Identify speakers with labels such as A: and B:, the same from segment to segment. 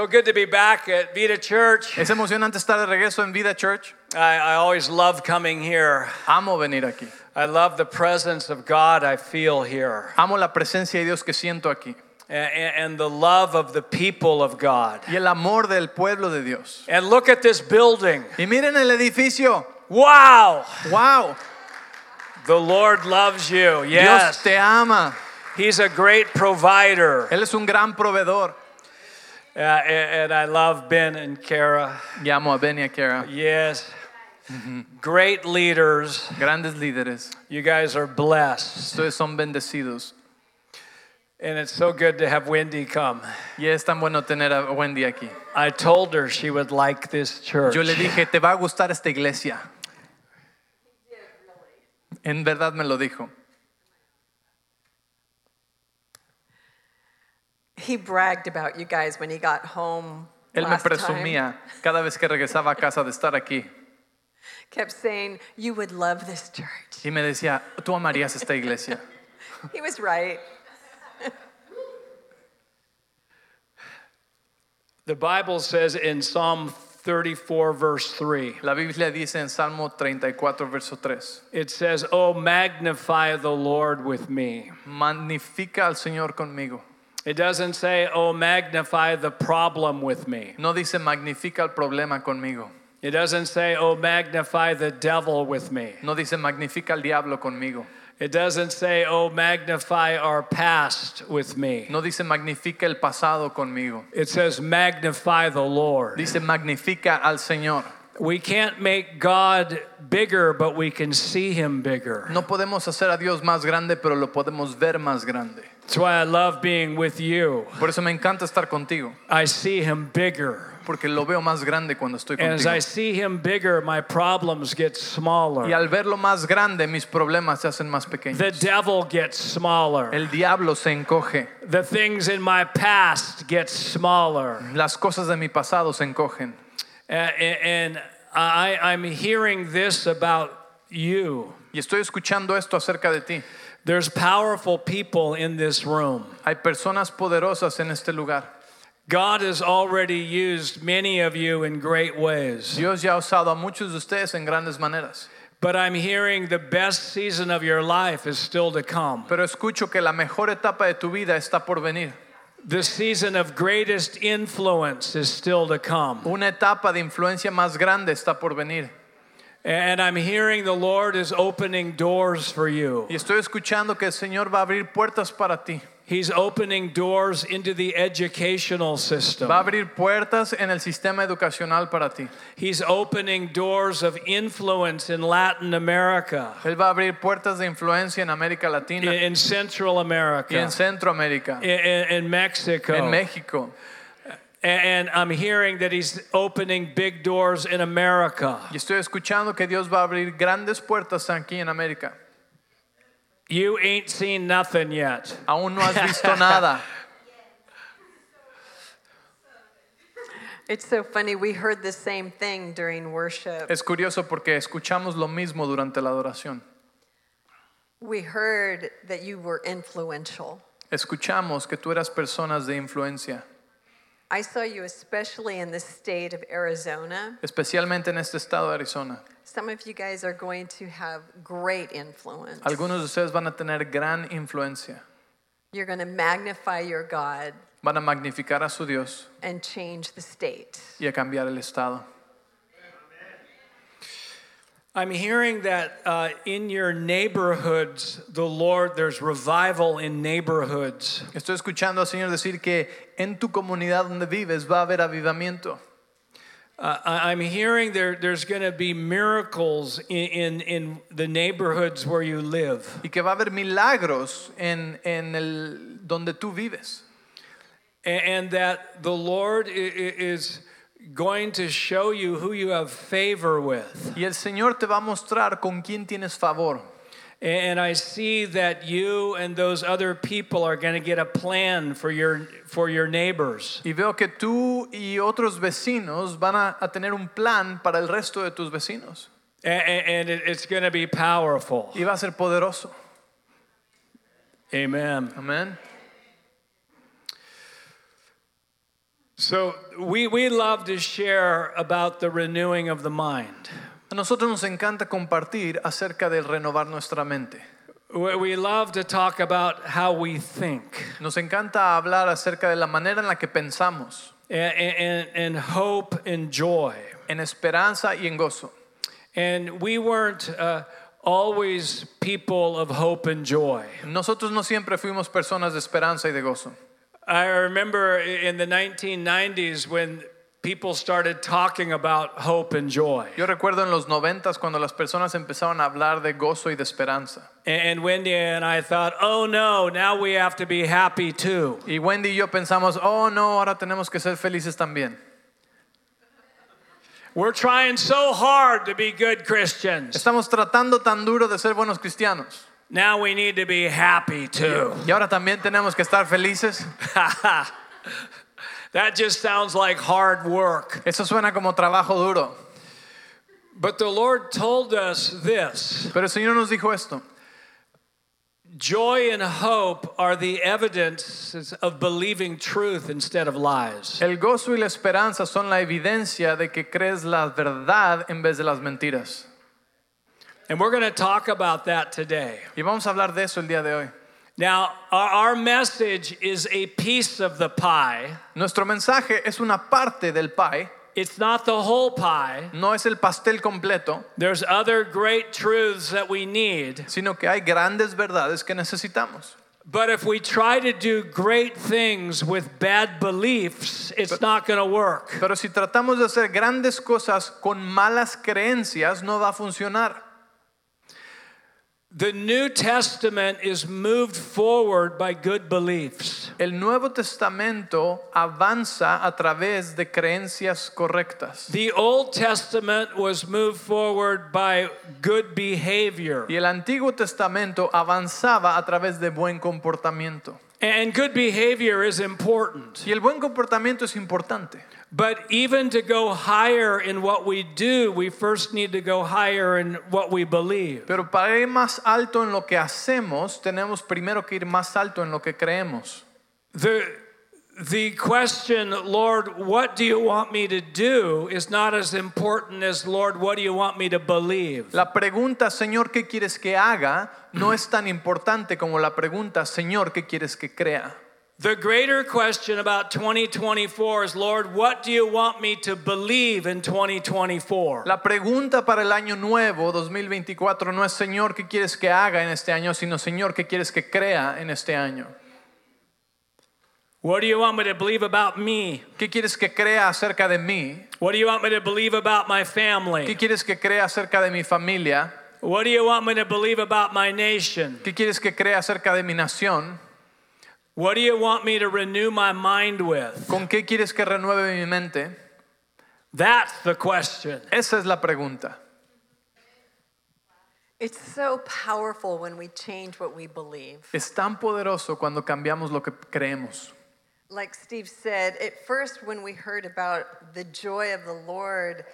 A: So good to be back at Vita Church.
B: Es emocionante estar de regreso en Vida Church.
A: I, I always love coming here.
B: Amo venir aquí.
A: I love the presence of God I feel here
B: Amo la presencia de Dios que siento aquí
A: a- a- and, the love of the people of God.
B: y el amor del pueblo de Dios.
A: And look at this building.
B: Y miren el edificio.
A: Wow!
B: Wow.
A: The Lord loves you.
B: Dios
A: Yes.
B: te ama.
A: He's a great provider.
B: Él es un gran proveedor.
A: Uh, a- and, I love Ben and Kara.
B: Y amo a Benny y a Kara.
A: Yes.
B: Mm-hmm.
A: Great leaders.
B: Grandes líderes.
A: You guys are blessed.
B: Ustedes son bendecidos.
A: And it's so good to have Wendy come.
B: Y es tan bueno tener a Wendy aquí.
A: I told her she would like this church.
B: Yo le dije, te va a gustar esta iglesia. En verdad me lo dijo.
C: He bragged about you guys when he got home.
B: Él me
C: last time.
B: presumía cada vez que regresaba a casa de estar aquí.
C: Kept saying, You would love this church.
B: Y me decía, tú amarías esta iglesia.
C: He was right.
A: The Bible says in Psalm 34, verse 3,
B: La Biblia dice en Salmo 34, verso 3,
A: it says, Oh, magnify the Lord with me.
B: magnifica al Señor conmigo.
A: It doesn't say, Oh, magnify the problem with me.
B: No dice magnifica el problema conmigo.
A: It doesn't say, Oh, magnify the devil with me.
B: No dice magnifica al diablo conmigo.
A: It doesn't say, Oh, magnify our past with me.
B: No dice magnifica el pasado conmigo.
A: It says, Magnify the Lord.
B: Dice magnifica al Señor.
A: We can't make God bigger, but we can see him bigger.
B: No podemos hacer a Dios más grande, pero lo podemos ver más grande.
A: That's why I love being with you.
B: Por eso me encanta estar contigo,
A: I see him bigger.
B: porque lo veo más grande cuando estoy
A: And as
B: contigo.
A: I see him bigger, my problems get
B: Y
A: smaller.
B: al verlo más grande, mis problemas se hacen más
A: The
B: pequeños.
A: devil gets smaller.
B: El diablo se encoge.
A: The things in my past get smaller.
B: Las cosas de mi pasado se encogen.
A: A- a- And I, I'm hearing this about you.
B: Y estoy escuchando esto acerca de ti.
A: There's powerful people in this room.
B: Hay personas poderosas en este lugar.
A: God has already used many of you in great ways.
B: Dios ya ha usado a muchos de ustedes en grandes maneras.
A: But I'm hearing the best season of your life is still to come.
B: Pero escucho que la mejor etapa de tu vida está por venir.
A: The season of greatest influence is still to come.
B: Una etapa de influencia más grande está por venir.
A: And I'm hearing the Lord is opening doors for you.
B: Y estoy escuchando que el Señor va a abrir puertas para ti.
A: He's opening doors into the educational
B: Va a
A: system.
B: abrir puertas en el sistema educacional para ti.
A: He's opening doors of influence in Latin America,
B: Él va a abrir puertas de influencia en América
A: in,
B: Latina
A: in Central
B: y en
A: America,
B: Centroamérica,
A: in, in- in Mexico.
B: en México.
A: And I'm hearing that He's opening big doors in America.
B: Y estoy escuchando que Dios va a abrir grandes puertas aquí en América.
A: You ain't seen nothing yet.
B: Aún no has visto nada.
C: It's so funny. We heard the same thing during worship.
B: Es curioso porque escuchamos lo mismo durante la adoración.
C: We heard that you were influential.
B: Escuchamos que tú eras personas de influencia,
C: I saw you, especially in the state of Arizona.
B: especialmente en este estado de Arizona.
C: Some of you guys are going to have great influence.
B: Algunos de ustedes van a tener gran influencia,
C: You're going to magnify your God
B: van a magnificar a su Dios
C: and change the state.
B: y a cambiar el estado.
A: I'm hearing that uh, in your neighborhoods, the Lord, there's revival in neighborhoods.
B: Estoy escuchando al Señor decir que en tu comunidad donde vives va a haber avivamiento.
A: Uh, I- I'm hearing there, there's going to be miracles in, in, in the neighborhoods where you live.
B: Y que va a haber milagros en, en el, donde tú vives.
A: A- And, that the Lord i- i- is going to show you who you have favor with.
B: Y el Señor te va a mostrar con quién tienes favor.
A: And I see that you and those other people are going to get a plan for your, for your neighbors.
B: Y veo que tú y otros vecinos van a, a tener un plan para el resto de tus vecinos.
A: A- a- And, it- it's going to be powerful.
B: Y va a ser poderoso.
A: Amen.
B: Amén.
A: So we, we love to share about the renewing of the mind.
B: A nosotros nos encanta compartir acerca del renovar nuestra mente.
A: We we love to talk about how we think
B: Nos encanta hablar acerca de la manera en la que pensamos,
A: and, and, and hope and joy.
B: en esperanza y en gozo.
A: And we weren't uh, always people of hope and joy.
B: Nosotros no siempre fuimos personas de esperanza y de gozo.
A: I remember i- in the 1990s when people started talking about hope and joy.
B: Yo recuerdo en los noventas cuando las personas empezaban a hablar de gozo y de esperanza.
A: And Wendy and I thought, oh no, now we have to be happy too.
B: Y Wendy y yo pensamos, oh no, ahora tenemos que ser felices también.
A: We're trying so hard to be good Christians.
B: Estamos tratando tan duro de ser buenos cristianos.
A: Now we need to be happy too.
B: Y ahora también tenemos que estar felices.
A: that just sounds like hard work.
B: Eso suena como trabajo duro.
A: But the Lord told us this
B: Pero el Señor nos dijo esto.
A: joy and hope are the evidences of believing truth instead of lies.
B: El gozo y la esperanza son la evidencia de que crees la verdad en vez de las mentiras.
A: And we're going to talk about that today.
B: Y vamos a hablar de eso el día de hoy.
A: Now, our, our message is a piece of the pie,
B: Nuestro mensaje es una parte del pie,
A: it's not the whole pie.
B: no es el pastel completo,
A: There's other great truths that we need.
B: sino que hay grandes verdades que necesitamos.
A: But if we try to do great things with bad beliefs, it's not going to work.
B: Pero si tratamos de hacer grandes cosas con malas creencias, no va a funcionar.
A: The New Testament is moved forward by good beliefs.
B: El Nuevo Testamento avanza a través de creencias correctas
A: The Old Testament was moved forward by good behavior.
B: y el Antiguo Testamento avanzaba a través de buen comportamiento.
A: And good behavior is important.
B: Y el buen comportamiento es importante.
A: But even to go higher in what we do, we first need to go higher in what we believe.
B: Pero para ir más alto en lo que hacemos, tenemos primero que ir más alto en lo que creemos.
A: The, the question, Lord, what do you want me to do, is not as important as, Lord, what do you want me to believe?
B: La pregunta, Señor, ¿qué quieres que haga? no es tan importante como la pregunta, Señor, ¿qué quieres que crea?
A: The greater question about 2024 is, Lord, what do you want me to believe in 2024?
B: La pregunta para el año nuevo, 2024, no es, Señor, ¿qué quieres que haga en este año? sino, Señor, ¿qué quieres que crea en este año?
A: What do you want me to believe about me?
B: ¿Qué quieres que crea acerca de mí?
A: What do you want me to believe about my
B: ¿Qué
A: family?
B: quieres que crea acerca de mi familia?
A: What do you want me to believe about my nation?
B: ¿Qué quieres que crea acerca de mi nación?
A: What do you want me to renew my mind with?
B: ¿Con qué quieres que renueve mi mente?
A: That's the question.
B: Esa es la pregunta.
C: It's so powerful when we change what we believe.
B: Es tan poderoso cuando cambiamos lo que creemos.
C: Like Steve said, at first when we heard about the joy of the Lord,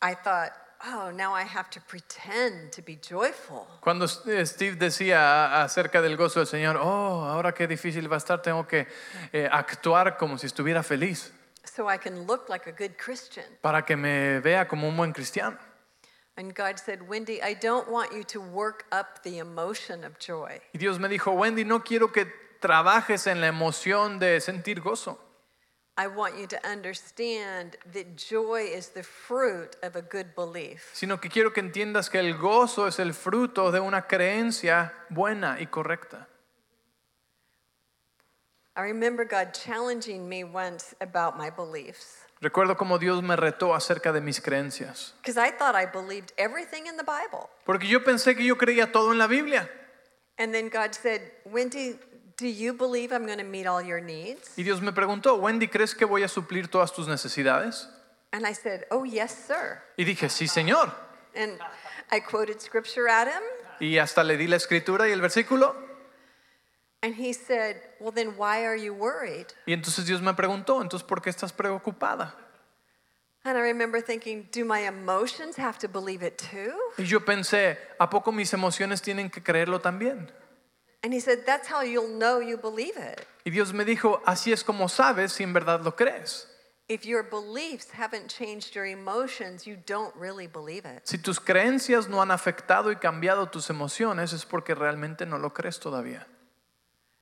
C: I thought, oh, now I have to pretend to be joyful.
B: Cuando S- eh, Steve decía acerca del gozo del Señor, oh, ahora qué difícil va a estar, tengo que eh, actuar como si estuviera feliz
C: so I can look like a good Christian.
B: para que me vea como un buen cristiano.
C: And God said, Wendy, I don't want you to work up the emotion of joy.
B: Y Dios me dijo, Wendy, no quiero que trabajes en la emoción de sentir gozo.
C: I want you to understand that joy is the fruit of a good belief.
B: sino que quiero que entiendas que el gozo es el fruto de una creencia buena y correcta.
C: I remember God challenging me once about my beliefs
B: Recuerdo cómo Dios me retó acerca de mis creencias,
C: because I thought I believed everything in the Bible.
B: porque yo pensé que yo creía todo en la Biblia.
C: And then God said, Wendy, do you believe I'm going to meet all your needs?
B: Y Dios me preguntó, Wendy, ¿crees que voy a suplir todas tus necesidades?
C: And I said, Oh, yes, sir.
B: Y dije, sí, Señor.
C: And I quoted scripture at him,
B: Y hasta le di la escritura y el versículo.
C: and he said, Well, then why are you worried?
B: Y entonces Dios me preguntó, entonces, ¿por qué estás preocupada?
C: And I remember thinking, do my emotions have to believe it too?
B: Y yo pensé, ¿a poco mis emociones tienen que creerlo también?
C: And he said, that's how you'll know you believe it.
B: Y Dios me dijo, así es como sabes si en verdad lo crees.
C: If your beliefs haven't changed your emotions, you don't really believe it.
B: Si tus creencias no han afectado y cambiado tus emociones es porque realmente no lo crees todavía.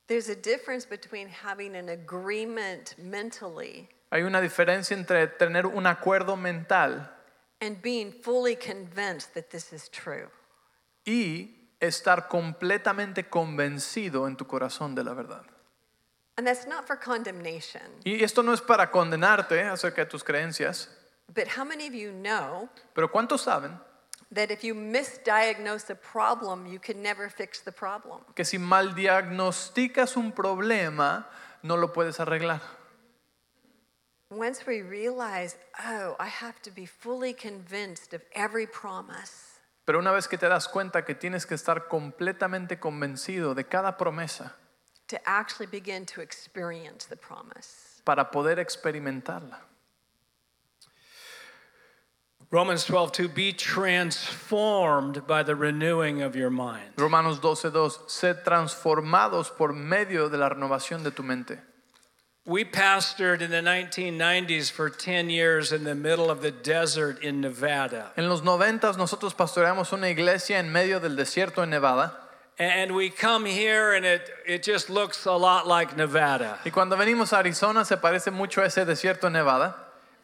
C: There's a difference between having an agreement mentally
B: Hay una diferencia entre tener un acuerdo mental
C: and being fully convinced that this is true.
B: y estar completamente convencido en tu corazón de la verdad.
C: And that's not for condemnation,
B: Y esto no es para condenarte acerca de tus creencias,
C: but how many of you know
B: pero ¿cuántos saben
C: that if you misdiagnose a problem, you can never fix the problem?
B: que si mal diagnosticas un problema, no lo puedes arreglar?
C: Once we realize, oh, I have to be fully convinced of every promise,
B: Pero una vez que te das cuenta que tienes que estar completamente convencido de cada promesa
C: to actually begin to experience the promise.
B: para poder experimentarla.
A: Romans 12, 2, be transformed by the renewing of your mind.
B: Romanos 12:2, sed transformados por medio de la renovación de tu mente.
A: We pastored in the 1990s for 10 years in the middle of the desert in Nevada.
B: En los 90 nosotros pastoreamos una iglesia en medio del desierto en Nevada
A: And we come here and it, it just looks a lot like Nevada.
B: y cuando venimos a Arizona se parece mucho a ese desierto en Nevada.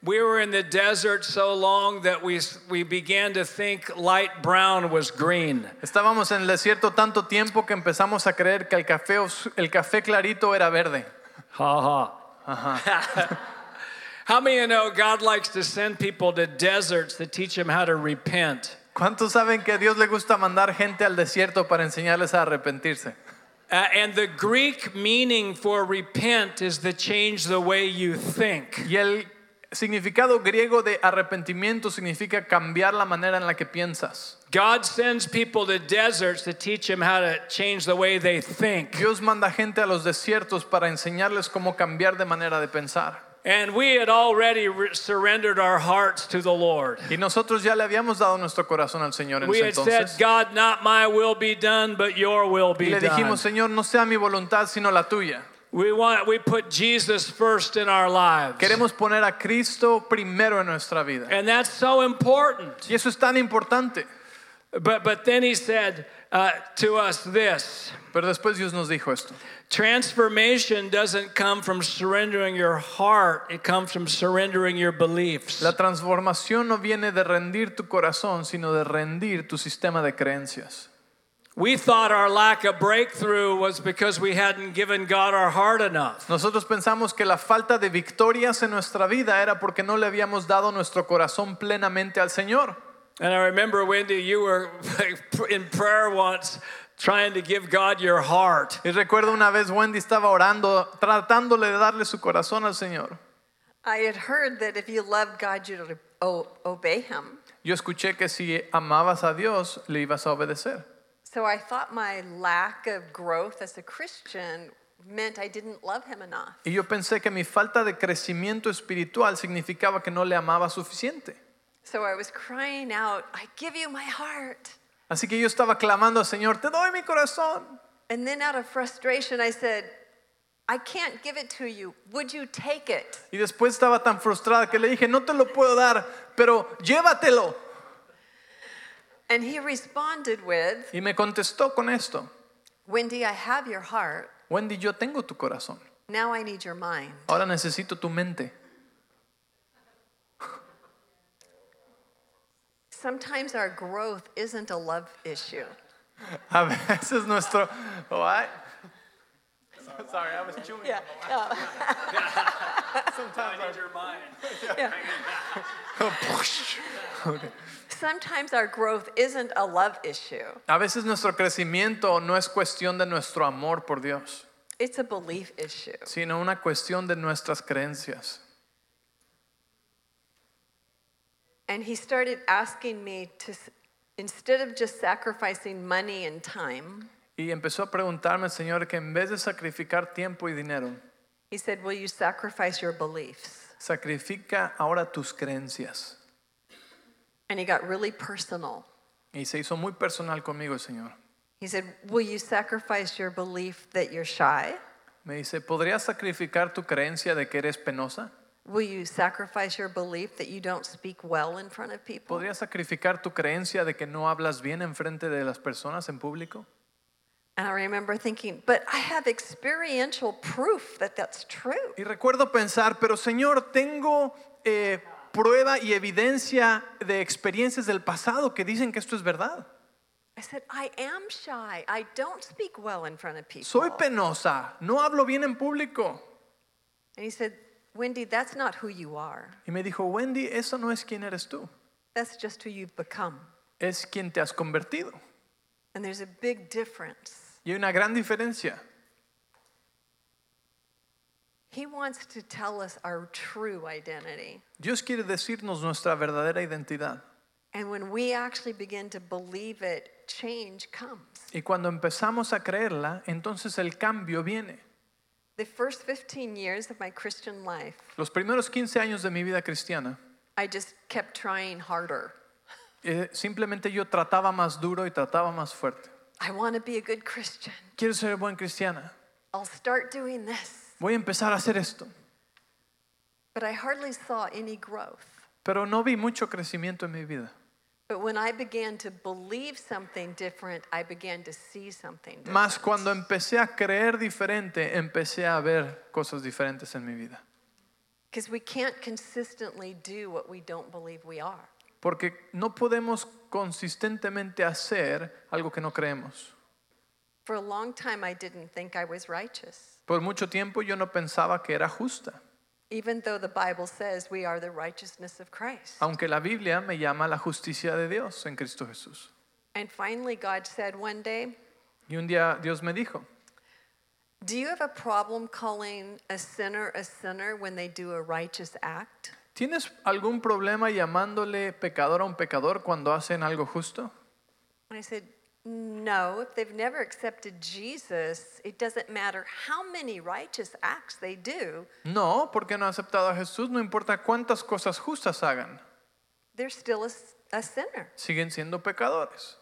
A: We were in the desert so long that we, we began to think light brown was green.
B: Estábamos en el desierto tanto tiempo que empezamos a creer que el café, os- el café clarito era verde.
A: Ha ha. how many of you know God likes to send people to deserts to teach them how to repent?
B: ¿Cuántos saben que a Dios le gusta mandar gente al desierto para enseñarles a arrepentirse?
A: Uh, and the Greek meaning for repent is to change the way you think.
B: Y el significado griego de arrepentimiento significa cambiar la manera en la que piensas.
A: God sends people to deserts to teach them how to change the way they think.
B: Dios manda gente a los desiertos para enseñarles cómo cambiar de manera de pensar.
A: And we had already re- surrendered our hearts to the Lord.
B: Y nosotros ya le habíamos dado nuestro corazón al Señor en
A: We
B: ese
A: had said,
B: entonces.
A: God, not my will be done, but your will
B: Y
A: be
B: le
A: done.
B: dijimos, Señor, no sea mi voluntad sino la tuya.
A: We want we put Jesus first in our lives.
B: Queremos poner a Cristo primero en nuestra vida.
A: And that's so important.
B: Y eso es tan importante.
A: But but then he said uh, to us this
B: Pero después Dios nos dijo esto.
A: transformation doesn't come from surrendering your heart, it comes from surrendering your beliefs.
B: La transformación no viene de rendir tu corazón, sino de rendir tu sistema de creencias.
A: We thought our lack of breakthrough was because we hadn't given God our heart enough.
B: Nosotros pensamos que la falta de victorias en nuestra vida era porque no le habíamos dado nuestro corazón plenamente al Señor.
A: And I remember, Wendy, you were in prayer once trying to give God your heart.
B: Y recuerdo una vez Wendy estaba orando, tratándole de darle su corazón al Señor.
C: I had heard that if you love God, you'd o- obey Him.
B: Yo escuché que si amabas a Dios, le ibas a obedecer.
C: So I thought my lack of growth as a Christian meant I didn't love Him enough.
B: Y yo pensé que mi falta de crecimiento espiritual significaba que no le amaba suficiente.
C: So I was crying out, I give you my heart.
B: Así que yo estaba clamando al Señor, te doy mi corazón.
C: And then out of frustration, I said, I can't give it to you. Would you take it?
B: Y después estaba tan frustrada que le dije, no te lo puedo dar, pero llévatelo.
C: And he responded with,
B: Y me contestó con esto,
C: Wendy, I have your heart.
B: Wendy, yo tengo tu corazón.
C: Now I need your mind.
B: Ahora necesito tu mente.
C: Sometimes our growth isn't a love issue.
B: A veces nuestro... Oh, I- Sorry, I was chewing.
C: Sometimes our growth isn't a love issue,
B: A veces nuestro crecimiento no es cuestión de nuestro amor por Dios,
C: it's a belief issue.
B: sino una cuestión de nuestras creencias.
C: And he started asking me to, s- instead of just sacrificing money and time,
B: Y empezó a preguntarme el Señor que en vez de sacrificar tiempo y dinero,
C: he said, Will you sacrifice your beliefs?
B: sacrifica ahora tus creencias.
C: And he got really personal.
B: Y se hizo muy personal conmigo el Señor.
C: He said, Will you sacrifice your belief that you're shy?
B: Me dice, ¿podrías sacrificar tu creencia de que eres penosa?
C: Will you sacrifice your belief that you don't speak well in front of people?
B: ¿Podrías sacrificar tu creencia de que no hablas bien en frente de las personas en público?
C: And I remember thinking, but I have experiential proof that that's true.
B: Y recuerdo pensar, pero Señor, tengo eh, prueba y evidencia de experiencias del pasado que dicen que esto es verdad.
C: I said, I am shy. I don't speak well in front of people.
B: Soy penosa, no hablo bien en público.
C: and he said, Wendy, that's not who you are.
B: Y me dijo, Wendy, eso no es quien eres tú,
C: That's just who you've become.
B: es quien te has convertido.
C: And there's a big difference.
B: Y hay una gran diferencia.
C: He wants to tell us our true identity.
B: Dios quiere decirnos nuestra verdadera identidad.
C: And when we actually begin to believe it, change comes.
B: Y cuando empezamos a creerla, entonces el cambio viene.
C: The first 15 years of my Christian life,
B: Los primeros 15 años de mi vida cristiana,
C: I just kept trying harder.
B: eh, simplemente yo trataba más duro y trataba más fuerte.
C: I want to be a good Christian.
B: Quiero ser buen cristiana.
C: I'll start doing this.
B: Voy a empezar a hacer esto.
C: But I hardly saw any growth.
B: Pero no vi mucho crecimiento en mi vida.
C: But when I began to believe something different, I began to see something different.
B: Más cuando empecé a creer diferente, empecé a ver cosas diferentes en mi vida.
C: Because we can't consistently do what we don't believe we are.
B: Porque no podemos consistentemente hacer algo que no creemos.
C: For a long time, I didn't think I was righteous,
B: Por mucho tiempo yo no pensaba que era justa,
C: even though the Bible says we are the righteousness of Christ.
B: aunque la Biblia me llama la justicia de Dios en Cristo Jesús.
C: And finally, God said one day,
B: Y un día Dios me dijo,
C: Do you have a problem calling a sinner a sinner when they do a righteous act?
B: ¿tienes algún problema llamándole pecador a un pecador cuando hacen algo justo?
C: And I said, No, if they've never accepted Jesus, it doesn't matter how many righteous acts they do,
B: No, porque no ha aceptado a Jesús, no importa cuántas cosas justas hagan,
C: they're still a, s- a sinner.
B: siguen siendo pecadores.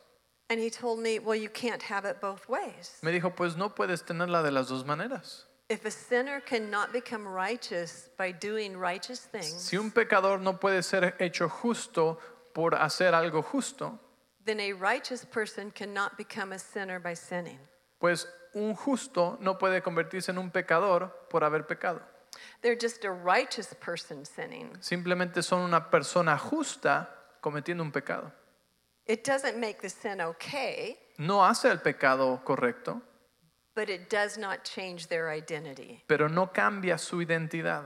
C: And he told me, Well, you can't have it both ways.
B: Me dijo, pues no puedes tenerla de las dos maneras.
C: If a sinner cannot become righteous by doing righteous things,
B: Si un pecador no puede ser hecho justo por hacer algo justo,
C: then a righteous person cannot become a sinner by sinning.
B: pues un justo no puede convertirse en un pecador por haber pecado.
C: They're just a righteous person sinning.
B: Simplemente son una persona justa cometiendo un pecado.
C: It doesn't make the sin okay,
B: No hace el pecado correcto,
C: but it does not change their identity.
B: pero no cambia su identidad.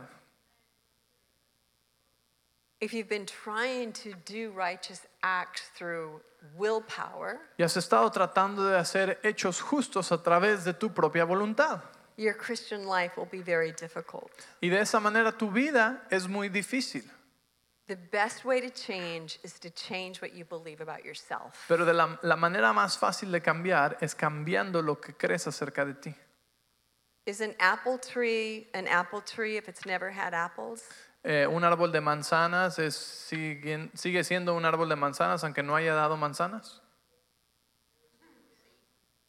C: If you've been trying to do righteous acts through willpower,
B: Y has estado tratando de hacer hechos justos a través de tu propia voluntad.
C: your Christian life will be very difficult.
B: Y de esa manera tu vida es muy difícil.
C: The best way to change is to change what you believe about yourself.
B: Pero de la, la manera más fácil de cambiar es cambiando lo que crees acerca de ti.
C: Is an apple tree an apple tree if it's never had apples?
B: Eh, un árbol de manzanas es- sigue, sigue siendo un árbol de manzanas aunque no haya dado manzanas.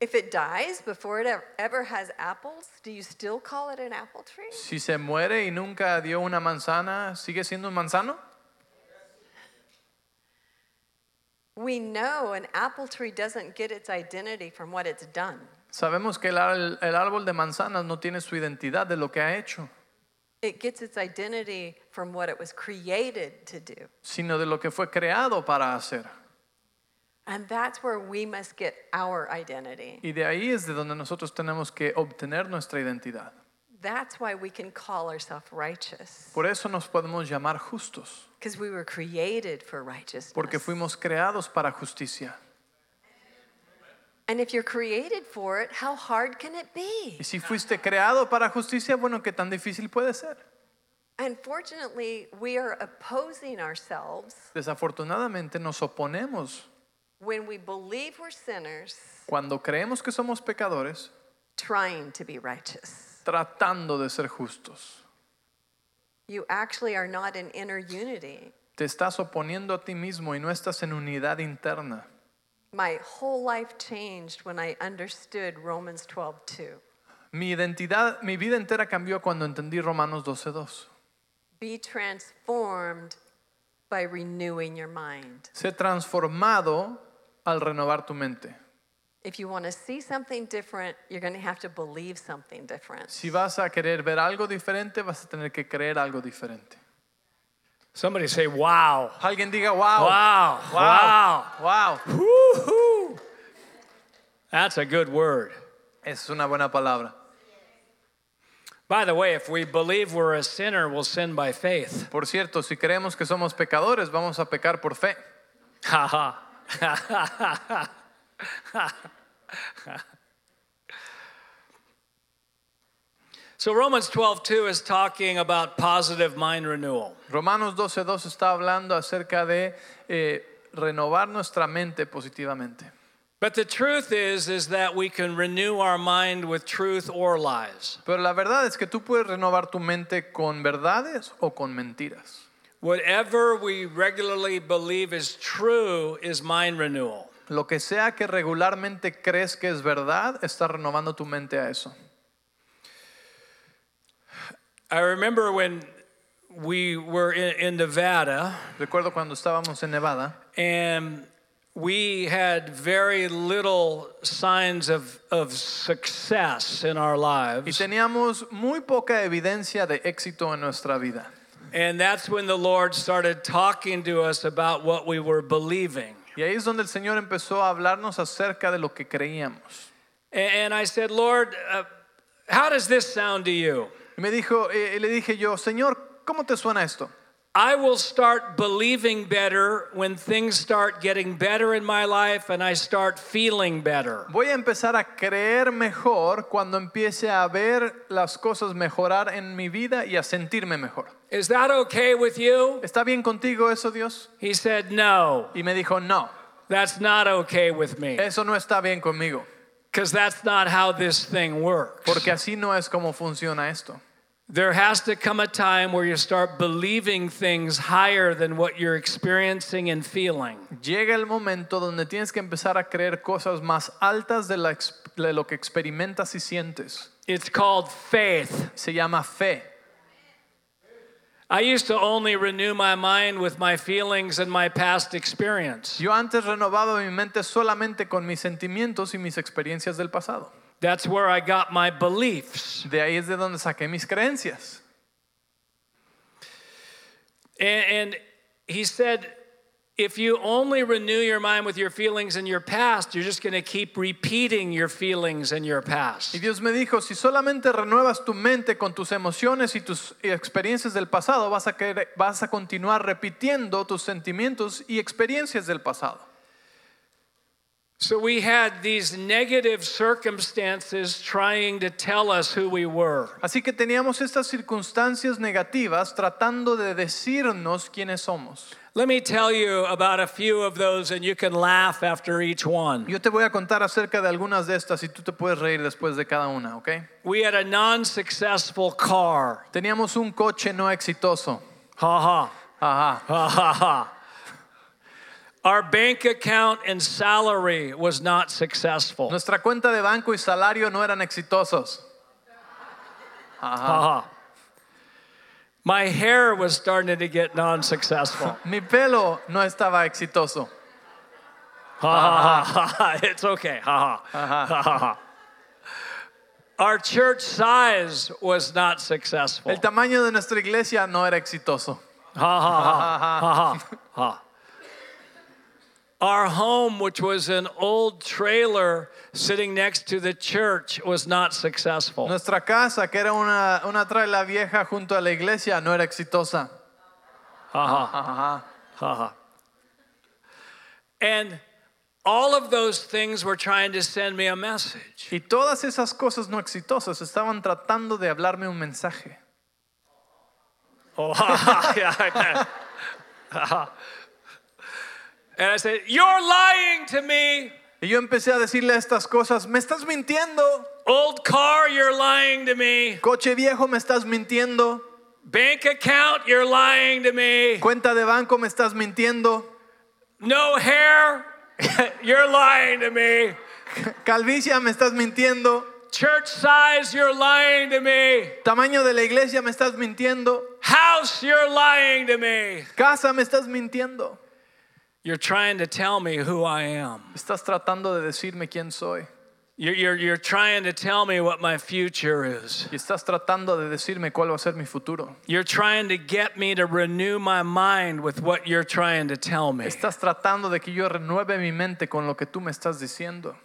C: If it dies before it ever, ever has apples, do you still call it an apple tree?
B: Si se muere y nunca dio una manzana, ¿sigue siendo un manzano?
C: We know an apple tree doesn't get its identity from what it's done.
B: Sabemos que el, ar- el árbol de manzanas no tiene su identidad de lo que ha hecho,
C: It gets its identity from what it was created to do.
B: sino de lo que fue creado para hacer.
C: And that's where we must get our identity.
B: Y de ahí es de donde nosotros tenemos que obtener nuestra identidad.
C: That's why we can call ourselves righteous,
B: Por eso nos podemos llamar justos,
C: because we were created for righteousness.
B: porque fuimos creados para justicia.
C: And if you're created for it, how hard can it be?
B: Y si fuiste creado para justicia, bueno, ¿qué tan difícil puede ser?
C: Unfortunately, we are opposing ourselves
B: Desafortunadamente nos oponemos
C: when we believe we're sinners
B: cuando creemos que somos pecadores
C: trying to be righteous.
B: tratando de ser justos.
C: You actually are not in inner unity.
B: Te estás oponiendo a ti mismo y no estás en unidad interna.
C: My whole life changed when I understood Romans 12:2.
B: Mi identidad, mi vida entera cambió cuando entendí Romanos 12:2.
C: Be transformed by renewing your mind.
B: Sé transformado al renovar tu mente.
C: If you want to see something different, you're going to have to believe something different.
B: Si vas a querer ver algo diferente, vas a tener que creer algo diferente.
A: Somebody say, wow.
B: Alguien diga, Oh, wow.
A: Wow.
B: Wow.
A: Wow.
B: Wow.
A: Woo-hoo. That's a good word.
B: Es una buena palabra.
A: By the way, if we believe we're a sinner, we'll sin by faith.
B: Por cierto, si creemos que somos pecadores, vamos a pecar por fe.
A: Ha ha. so Romans 12:2 is talking about positive mind renewal.
B: Romanos 12:2 está hablando acerca de eh, renovar nuestra mente positivamente.
A: But the truth is is that we can renew our mind with truth or lies.
B: Pero la verdad es que tú puedes renovar tu mente con verdades o con mentiras.
A: Whatever we regularly believe is true is mind renewal.
B: Lo que sea que regularmente crees que es verdad, está renovando tu mente a eso.
A: I remember when we were in, in Nevada
B: Recuerdo cuando estábamos en Nevada,
A: and we had very little signs of, of success in our
B: Y
A: lives.
B: teníamos muy poca evidencia de éxito en nuestra vida.
A: And that's when the Lord started talking to us about what we were believing.
B: Y ahí es donde el Señor empezó a hablarnos acerca de lo que creíamos.
A: A- And I said, Lord, uh, how does this sound to you?
B: Y me dijo, eh, le dije yo, Señor, ¿cómo te suena esto?
A: I will start believing better when things start getting better in my life and I start feeling better.
B: Voy a empezar a creer mejor cuando empiece a ver las cosas mejorar en mi vida y a sentirme mejor.
A: Is that okay with you?
B: ¿Está bien contigo eso, Dios?
A: He said, No,
B: Y me dijo, no,
A: that's not okay with me
B: eso no está bien conmigo,
A: because that's not how this thing works.
B: porque así no es como funciona esto.
A: There has to come a time where you start believing things higher than what you're experiencing and feeling.
B: Llega el momento donde tienes que empezar a creer cosas más altas de, la ex- de lo que experimentas y sientes.
A: It's called faith.
B: Se llama fe.
A: I used to only renew my mind with my feelings and my past experience.
B: Yo antes renovaba mi mente solamente con mis sentimientos y mis experiencias del pasado.
A: That's where I got my beliefs.
B: De ahí es de donde saqué mis creencias.
A: And, and he said, if you only renew your mind with your feelings and your past, you're just going to keep repeating your feelings and your past.
B: Y Dios me dijo, si solamente renuevas tu mente con tus emociones y tus experiencias del pasado, vas a, querer- vas a continuar repitiendo tus sentimientos y experiencias del pasado.
A: So we had these negative circumstances trying to tell us who we were.
B: Así que teníamos estas circunstancias negativas tratando de decirnos quiénes somos.
A: Let me tell you about a few of those, and you can laugh after each one.
B: Yo te voy a contar acerca de algunas de estas y tú te puedes reír después de cada una, ¿ok?
A: We had a non successful car.
B: Teníamos un coche no exitoso.
A: Ha ha.
B: Ajá.
A: Ha ha ha. Our bank account and salary was not successful.
B: Nuestra cuenta de banco y salario no eran exitosos.
A: Ha ha. My hair was starting to get non successful.
B: Mi pelo no estaba exitoso.
A: Ha ha ha ha. It's okay. Ha ha. Ha ha ha. Our church size was not successful.
B: El tamaño de nuestra iglesia no era exitoso.
A: Ha ha ha ha ha ha. Our home, which was an old trailer sitting next to the church, was not successful.
B: Nuestra casa, que era una, una traila vieja junto a la iglesia, no era exitosa.
A: And all of those things were trying to send me a message.
B: Y todas esas cosas no exitosas estaban tratando de hablarme un mensaje.
A: Oh, ha, ha, yeah, I know. Ha, ha. and I said, You're lying to me.
B: Y yo empecé a decirle estas cosas, me estás mintiendo,
A: Old car, you're lying to me.
B: coche viejo, me estás mintiendo,
A: Bank account, you're lying to me.
B: cuenta de banco, me estás mintiendo,
A: No hair, you're lying to me.
B: calvicia, me estás mintiendo,
A: Church size, you're lying to me.
B: Tamaño de la iglesia, me estás mintiendo.
A: House, you're lying to me.
B: Casa, me estás mintiendo.
A: You're trying to tell me who I am.
B: Estás tratando de decirme quién soy.
A: You're, you're, you're trying to tell me what my future is.
B: Y estás tratando de decirme cuál va a ser mi futuro.
A: You're trying to get me to renew my mind with what you're trying to tell me.
B: Estás tratando de que yo renueve mi mente con lo que tú me estás diciendo.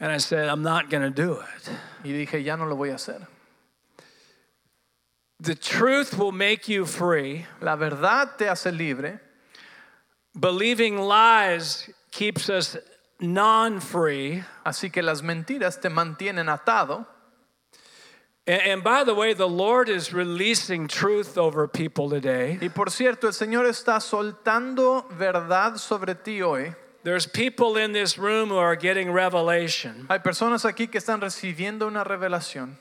A: And I said, I'm not going to do it.
B: Y dije, ya no lo voy a hacer.
A: The truth will make you free.
B: La verdad te hace libre.
A: Believing lies keeps us non free.
B: Así que las mentiras te mantienen atado.
A: And, and by the way, the Lord is releasing truth over people today.
B: Y por cierto, el Señor está soltando verdad sobre ti hoy.
A: There's people in this room who are getting revelation.
B: Hay personas aquí que están recibiendo una revelación.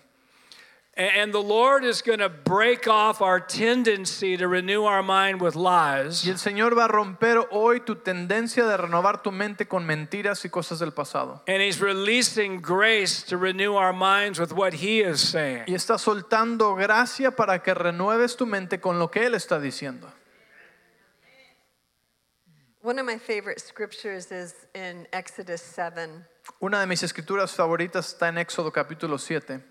A: And, and the Lord is going to break off our tendency to renew our mind with lies.
B: Y el Señor va a romper hoy tu tendencia de renovar tu mente con mentiras y cosas del pasado.
A: And he's releasing grace to renew our minds with what he is
B: Y
A: saying.
B: está soltando gracia para que renueves tu mente con lo que Él está diciendo.
C: One of my favorite scriptures is in Exodus 7.
B: Una de mis escrituras favoritas está en Éxodo capítulo 7.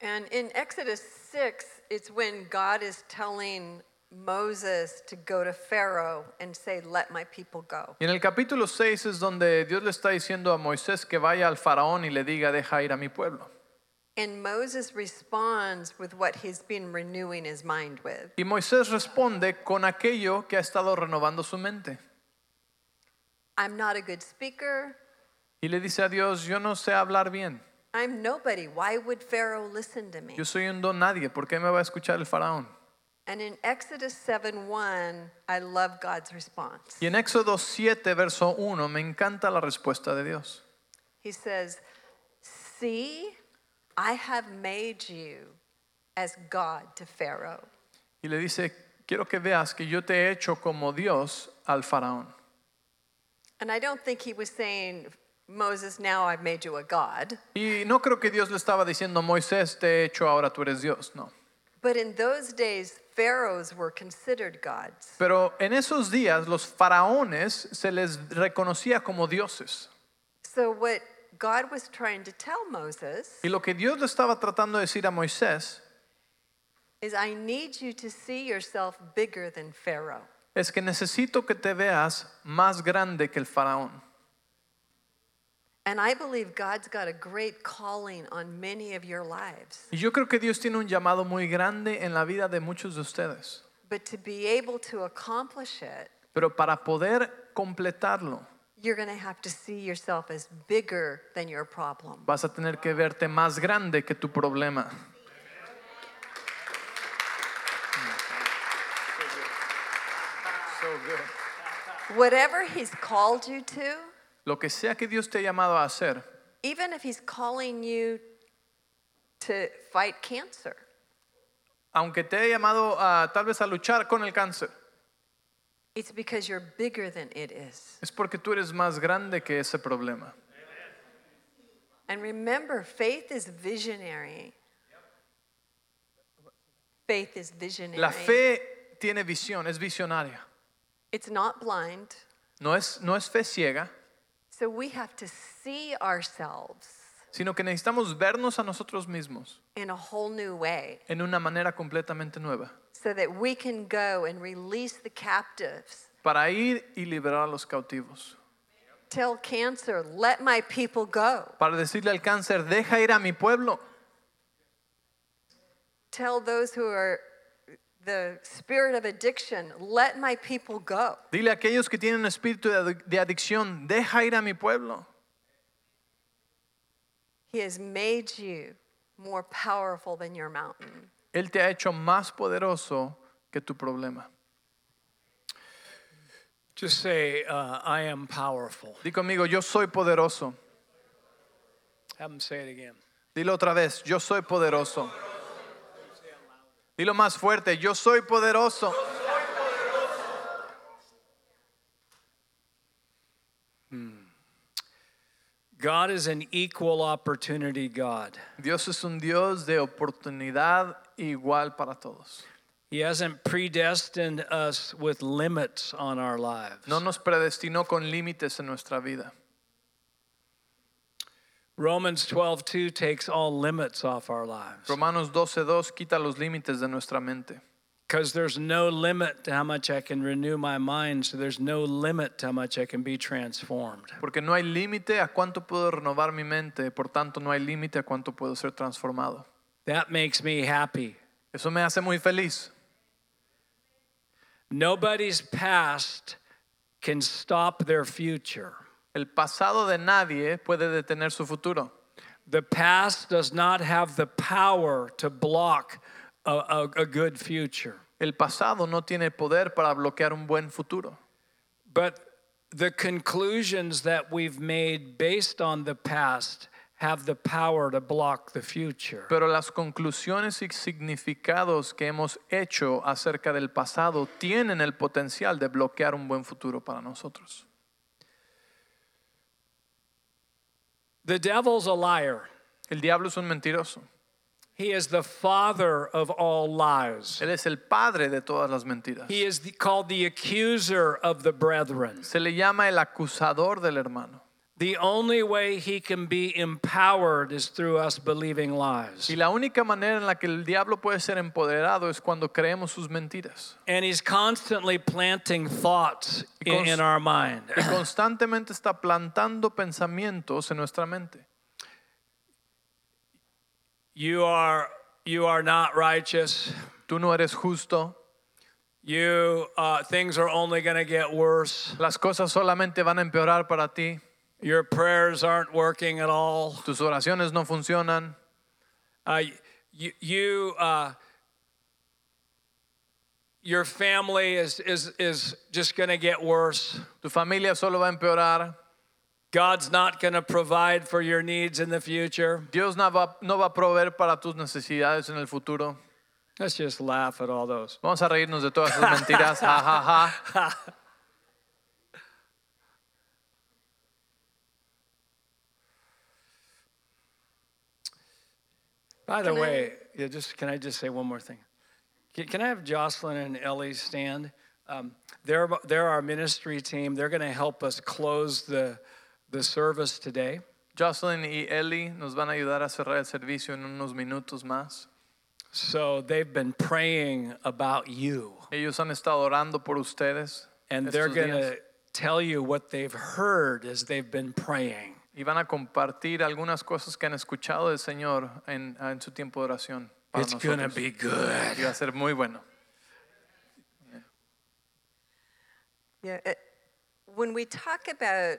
C: And in Exodus 6, it's when God is telling Moses to go to Pharaoh and say, Let my people go.
B: Y en el capítulo 6 es donde Dios le está diciendo a Moisés que vaya al faraón y le diga, deja ir a mi pueblo.
C: And Moses responds with what he's been renewing his mind with.
B: Y Moisés responde con aquello que ha estado renovando su mente.
C: I'm not a good speaker.
B: Y le dice a Dios, yo no sé hablar bien.
C: I'm nobody. Why would Pharaoh listen to me?
B: Yo soy un don nadie, ¿por qué me va a escuchar el faraón?
C: And in Exodus 7 1, I love God's response.
B: Y en Éxodo 7, verso 1, me encanta la respuesta de Dios.
C: He says, See, I have made you as God to Pharaoh.
B: Y le dice, quiero que veas que yo te he hecho como Dios al faraón.
C: And I don't think he was saying, Moses, now I've made you a God.
B: Y no creo que Dios le estaba diciendo, Moisés, te he hecho, ahora tú eres Dios, no.
C: But in those days, pharaohs were considered gods.
B: Pero en esos días los faraones se les reconocía como dioses.
C: So what God was trying to tell Moses
B: Y lo que Dios le estaba tratando de decir a Moisés
C: is, I need you to see yourself bigger than Pharaoh.
B: es que necesito que te veas más grande que el faraón.
C: And I believe God's got a great calling on many of your lives.
B: Y yo creo que Dios tiene un llamado muy grande en la vida de muchos de ustedes.
C: But to be able to accomplish it,
B: Pero para poder completarlo,
C: you're going to have to see yourself as bigger than your problem.
B: vas a tener que verte más grande que tu problema.
C: Whatever He's called you to,
B: Lo que sea que Dios te ha llamado a hacer,
C: even if He's calling you to fight cancer,
B: aunque te haya llamado a, tal vez a luchar con el cáncer,
C: it's because you're bigger than it is.
B: es porque tú eres más grande que ese problema.
C: And remember, faith is visionary. Faith is visionary.
B: La fe tiene visión, es visionaria.
C: It's not blind.
B: No es, no es fe ciega,
C: So we have to see ourselves
B: sino que necesitamos vernos a nosotros mismos
C: in a whole new way
B: en una manera completamente nueva
C: so that we can go and release the captives.
B: para ir y liberar a los cautivos.
C: Tell cancer, let my people go.
B: Para decirle al cáncer, deja ir a mi pueblo.
C: Tell those who are the spirit of addiction, let my people go.
B: Dile a aquellos que tienen espíritu de adic- de adicción, deja ir a mi pueblo.
C: He has made you more powerful than your mountain.
B: Él te ha hecho más poderoso que tu problema.
A: Just say, uh, I am powerful.
B: Di conmigo, yo soy poderoso.
A: Have them say it again.
B: Dilo otra vez, yo soy poderoso. Dilo más fuerte, yo soy poderoso.
A: God is an equal opportunity God.
B: Dios es un Dios de oportunidad igual para todos.
A: He hasn't predestined us with limits on our lives.
B: No nos predestinó con límites en nuestra vida.
A: Romans 12:2 takes all limits off our lives
B: Romanos 12:2 quita los límites de nuestra mente.
A: because there's no limit to how much I can renew my mind, so there's no limit to how much I can be transformed.
B: Porque no hay límite a cuánto puedo renovar mi mente, por tanto no hay límite a cuánto puedo ser transformado.
A: That makes me happy.
B: Eso me hace muy feliz.
A: Nobody's past can stop their future.
B: El pasado de nadie puede detener su futuro.
A: The past does not have the power to block a, a- a good future.
B: El pasado no tiene poder para bloquear un buen futuro.
A: But the conclusions that we've made based on the past have the power to block the future.
B: Pero las conclusiones y significados que hemos hecho acerca del pasado tienen el potencial de bloquear un buen futuro para nosotros.
A: The devil's a liar.
B: El diablo es un mentiroso.
A: He is the father of all lies.
B: Él es el padre de todas las mentiras.
A: He is the, called the accuser of the brethren.
B: Se le llama el acusador del hermano.
A: The only way he can be empowered is through us believing lies.
B: Y la única manera en la que el diablo puede ser empoderado es cuando creemos sus mentiras.
A: And he's constantly planting thoughts in,
B: Because-
A: in our mind.
B: Y constantemente está plantando pensamientos en nuestra mente.
A: You are you are not righteous.
B: Tú no eres justo.
A: You uh, things are only going to get worse.
B: Las cosas solamente van a empeorar para ti.
A: Your prayers aren't working at all.
B: Tus oraciones no funcionan.
A: Uh, you, you uh, your family is is is just going to get worse.
B: Tu familia solo va a empeorar.
A: God's not going to provide for your needs in the future.
B: Dios no va, no va a proveer para tus necesidades en el futuro.
A: Let's just laugh at all those.
B: Vamos a reírnos de todas esas mentiras. Ja, ja, ja.
A: By the
C: Can I-
A: way, yeah, just can I just say one more thing? Can, can I have Jocelyn and Ellie stand? Um, they're they're our ministry team. They're going to help us close the the service today.
B: Jocelyn y Ellie nos van a ayudar a cerrar el servicio en unos minutos más.
A: So they've been praying about you,
B: Ellos han estado orando por ustedes
A: and
B: estos
A: they're going
B: días
A: to tell you what they've heard as they've been praying.
B: y van a compartir algunas cosas que han escuchado del Señor en, ah, en su tiempo de oración. Para
A: It's going to
B: nosotros.
A: be good.
B: Y va a ser muy bueno.
C: Yeah, it, when we talk about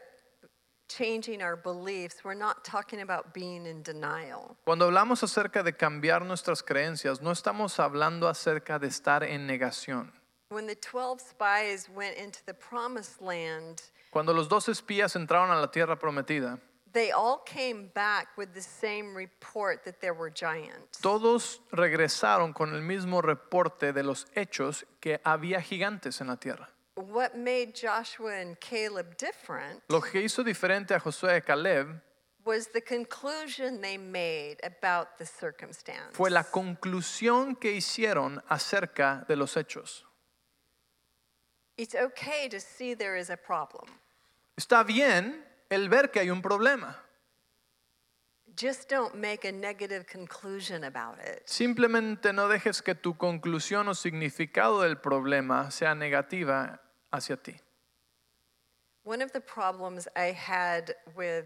C: changing our beliefs, we're not talking about being in denial.
B: Cuando hablamos acerca de cambiar nuestras creencias, no estamos hablando acerca de estar en negación.
C: When the 12 spies went into the promised land,
B: Cuando los dos espías entraron a la tierra prometida,
C: they all came back with the same report that there were giants.
B: todos regresaron con el mismo reporte de los hechos que había gigantes en la tierra.
C: What made Joshua and Caleb different
B: Lo que hizo diferente a Josué y Caleb
C: was the conclusion they made about the circumstance.
B: fue la conclusión que hicieron acerca de los hechos.
C: It's okay to see there is a problem.
B: Está bien el ver que hay un problema.
C: Just don't make a negative conclusion about it.
B: Simplemente no dejes que tu conclusión o significado del problema sea negativa hacia ti.
C: One of the problems I had with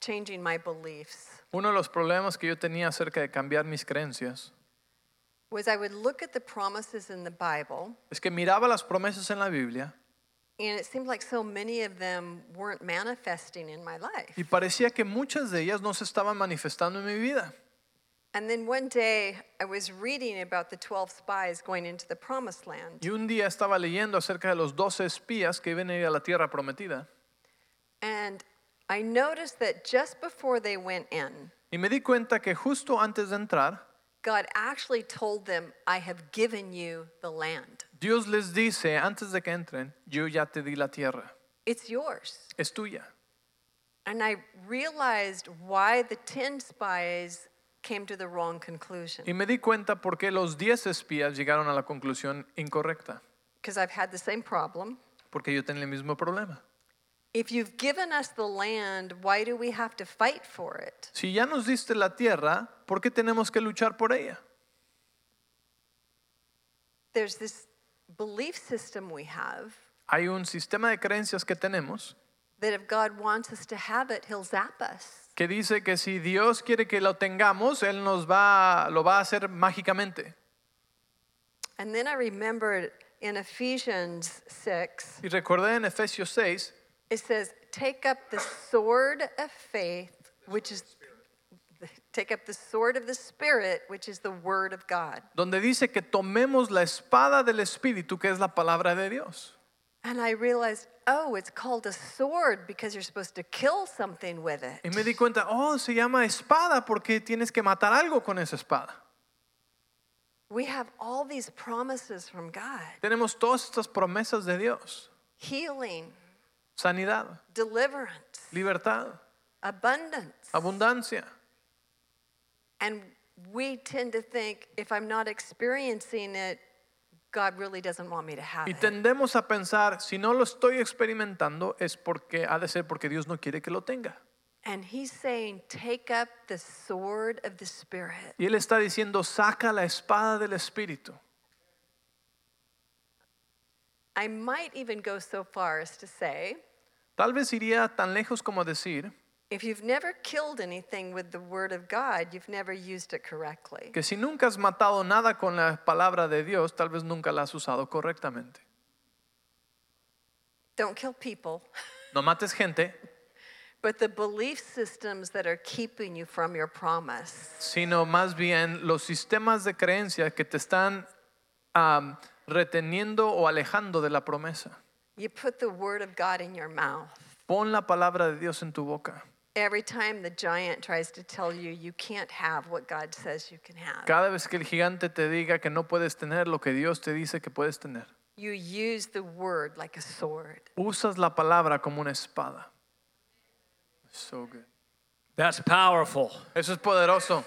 C: changing my beliefs
B: Uno de los problemas que yo tenía acerca de cambiar mis creencias
C: was I would look at the promises in the Bible,
B: es que miraba las promesas en la Biblia
C: and it seemed like so many of them weren't manifesting in my life.
B: y parecía que muchas de ellas no se estaban manifestando en mi vida.
C: And then one day, I was reading about the 12 spies going into the promised land.
B: Y un día estaba leyendo acerca de los doce espías que iban a ir a la tierra prometida
C: And I noticed that just before they went in,
B: y me di cuenta que justo antes de entrar,
C: God actually told them, I have given you the land.
B: Dios les dice antes de que entren, yo ya te di la tierra,
C: It's yours.
B: es tuya.
C: and I realized why the 10 spies came to the wrong conclusion.
B: Y me di cuenta por qué los 10 espías llegaron a la conclusión incorrecta,
C: Because I've had the same problem.
B: porque yo tenía el mismo problema.
C: If you've given us the land, why do we have to fight for it?
B: Si ya nos diste la tierra, ¿por qué tenemos que luchar por ella?
C: There's this belief system we have
B: Hay un sistema de creencias que tenemos
C: that if God wants us to have it, he'll zap us.
B: que dice que si Dios quiere que lo tengamos, Él nos va, lo va a hacer mágicamente.
C: And then I remembered in Ephesians 6,
B: Y recordé en Efesios 6,
C: it says, Take up the sword of faith, which is, take up the sword of the Spirit, which is the word of God.
B: donde dice que tomemos la espada del Espíritu, que es la palabra de Dios.
C: And I realized, oh, it's called a sword because you're supposed to kill something with it.
B: Y me di cuenta, oh, se llama espada porque tienes que matar algo con esa espada.
C: We have all these promises from God
B: Tenemos todas estas promesas de Dios,
C: healing,
B: sanidad,
C: deliverance,
B: libertad,
C: abundance.
B: abundancia.
C: And we tend to think if I'm not experiencing it, God really doesn't want me to have
B: Y
C: it.
B: tendemos a pensar, si no lo estoy experimentando, es porque ha de ser porque Dios no quiere que lo tenga.
C: And He's saying, take up the sword of the Spirit.
B: Y Él está diciendo, saca la espada del Espíritu.
C: I might even go so far as to say,
B: Tal vez iría tan lejos como decir
C: if you've never killed anything with the word of God, you've never used it correctly.
B: que si nunca has matado nada con la palabra de Dios, tal vez nunca la has usado correctamente.
C: Don't kill people,
B: No mates gente,
C: but the belief systems that are keeping you from your promise.
B: sino más bien los sistemas de creencia que te están am, reteniendo o alejando de la promesa.
C: You put the word of God in your mouth.
B: Pon la palabra de Dios en tu boca.
C: Every time the giant tries to tell you you can't have what God says you can have,
B: Cada vez que el gigante te diga que no puedes tener lo que Dios te dice que puedes tener,
C: you use the word like a sword.
B: usas la palabra como una espada. So good.
A: That's powerful.
B: Eso es poderoso.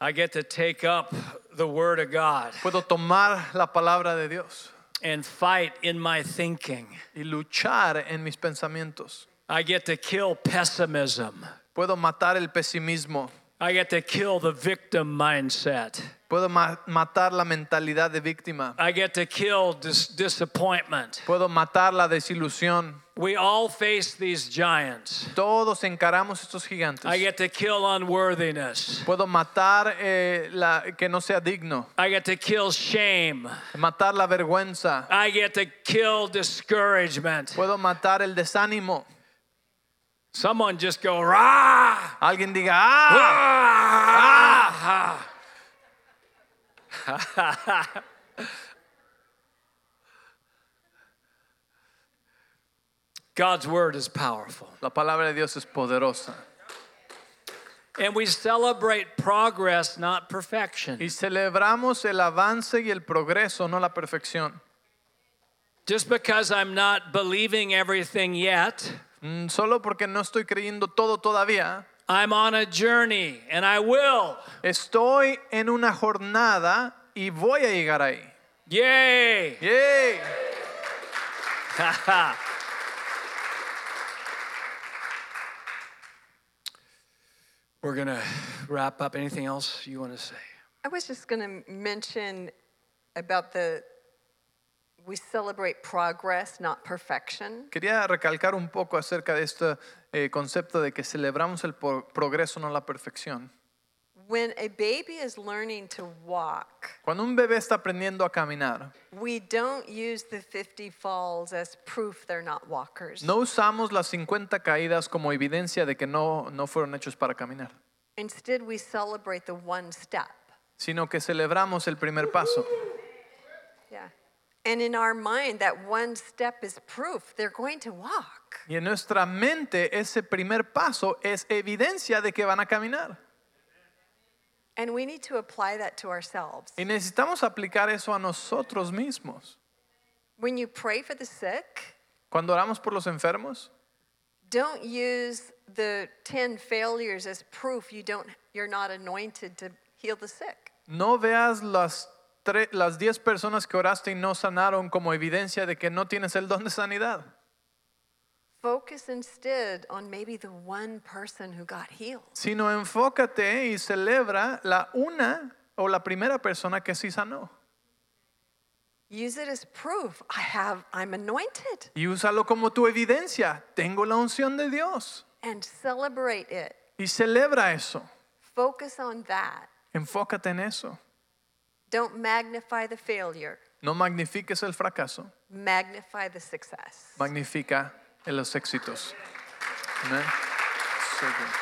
A: I get to take up the Word of God
B: Puedo tomar la palabra de Dios
A: and fight in my thinking.
B: y luchar en mis pensamientos.
A: I get to kill pessimism.
B: Puedo matar el pesimismo.
A: I get to kill the victim mindset.
B: Puedo ma- matar la mentalidad de víctima.
A: I get to kill dis- disappointment.
B: Puedo matar la desilusión.
A: We all face these giants.
B: Todos encaramos estos gigantes.
A: I get to kill unworthiness.
B: Puedo matar eh, la, que no sea digno.
A: I get to kill shame.
B: Matar la vergüenza.
A: I get to kill discouragement.
B: Puedo matar el desánimo.
A: Someone just go, rah!
B: Alguien diga, ¡ah!
A: Ah! God's word is powerful.
B: La palabra de Dios es poderosa.
A: And we celebrate progress, not perfection.
B: Y celebramos el avance y el progreso, no la perfección.
A: Just because I'm not believing everything yet,
B: Mm, Solo porque no estoy creyendo todo todavía,
A: I'm on a journey and I will.
B: estoy en una jornada y voy a llegar ahí.
A: Yay!
B: ¡Yay!
A: We're going to wrap up. Anything else you want to say?
C: I was just going to mention about the we celebrate progress, not perfection.
B: Quería recalcar un poco acerca de este eh, concepto de que celebramos el pro- progreso, no la perfección.
C: When a baby is learning to walk,
B: Cuando un bebé está aprendiendo a caminar,
C: we don't use the 50 falls as proof they're not walkers.
B: no usamos las 50 caídas como evidencia de que no, no fueron hechos para caminar,
C: Instead, we celebrate the one step.
B: sino que celebramos el primer paso.
C: Yeah. And in our mind, that one step is proof they're going to walk.
B: Y en nuestra mente ese primer paso es evidencia de que van a caminar.
C: And we need to apply that to ourselves.
B: Y necesitamos aplicar eso a nosotros mismos.
C: When you pray for the sick,
B: Cuando oramos por los enfermos,
C: don't use the 10 failures as proof you don't you're not anointed to heal the sick.
B: No veas las, tre- las 10 personas que oraste y no sanaron como evidencia de que no tienes el don de sanidad.
C: Focus instead on maybe the one person who got healed.
B: Sino enfócate y celebra la una o la primera persona que sí sanó.
C: Use it as proof. I have I'm anointed
B: Y úsalo como tu evidencia. Tengo la unción de Dios.
C: and celebrate it.
B: Y celebra eso.
C: Focus on that.
B: Enfócate en eso.
C: Don't magnify the failure.
B: No magnifiques el fracaso.
C: Magnify the success.
B: Magnifica en los éxitos. Amén. So good.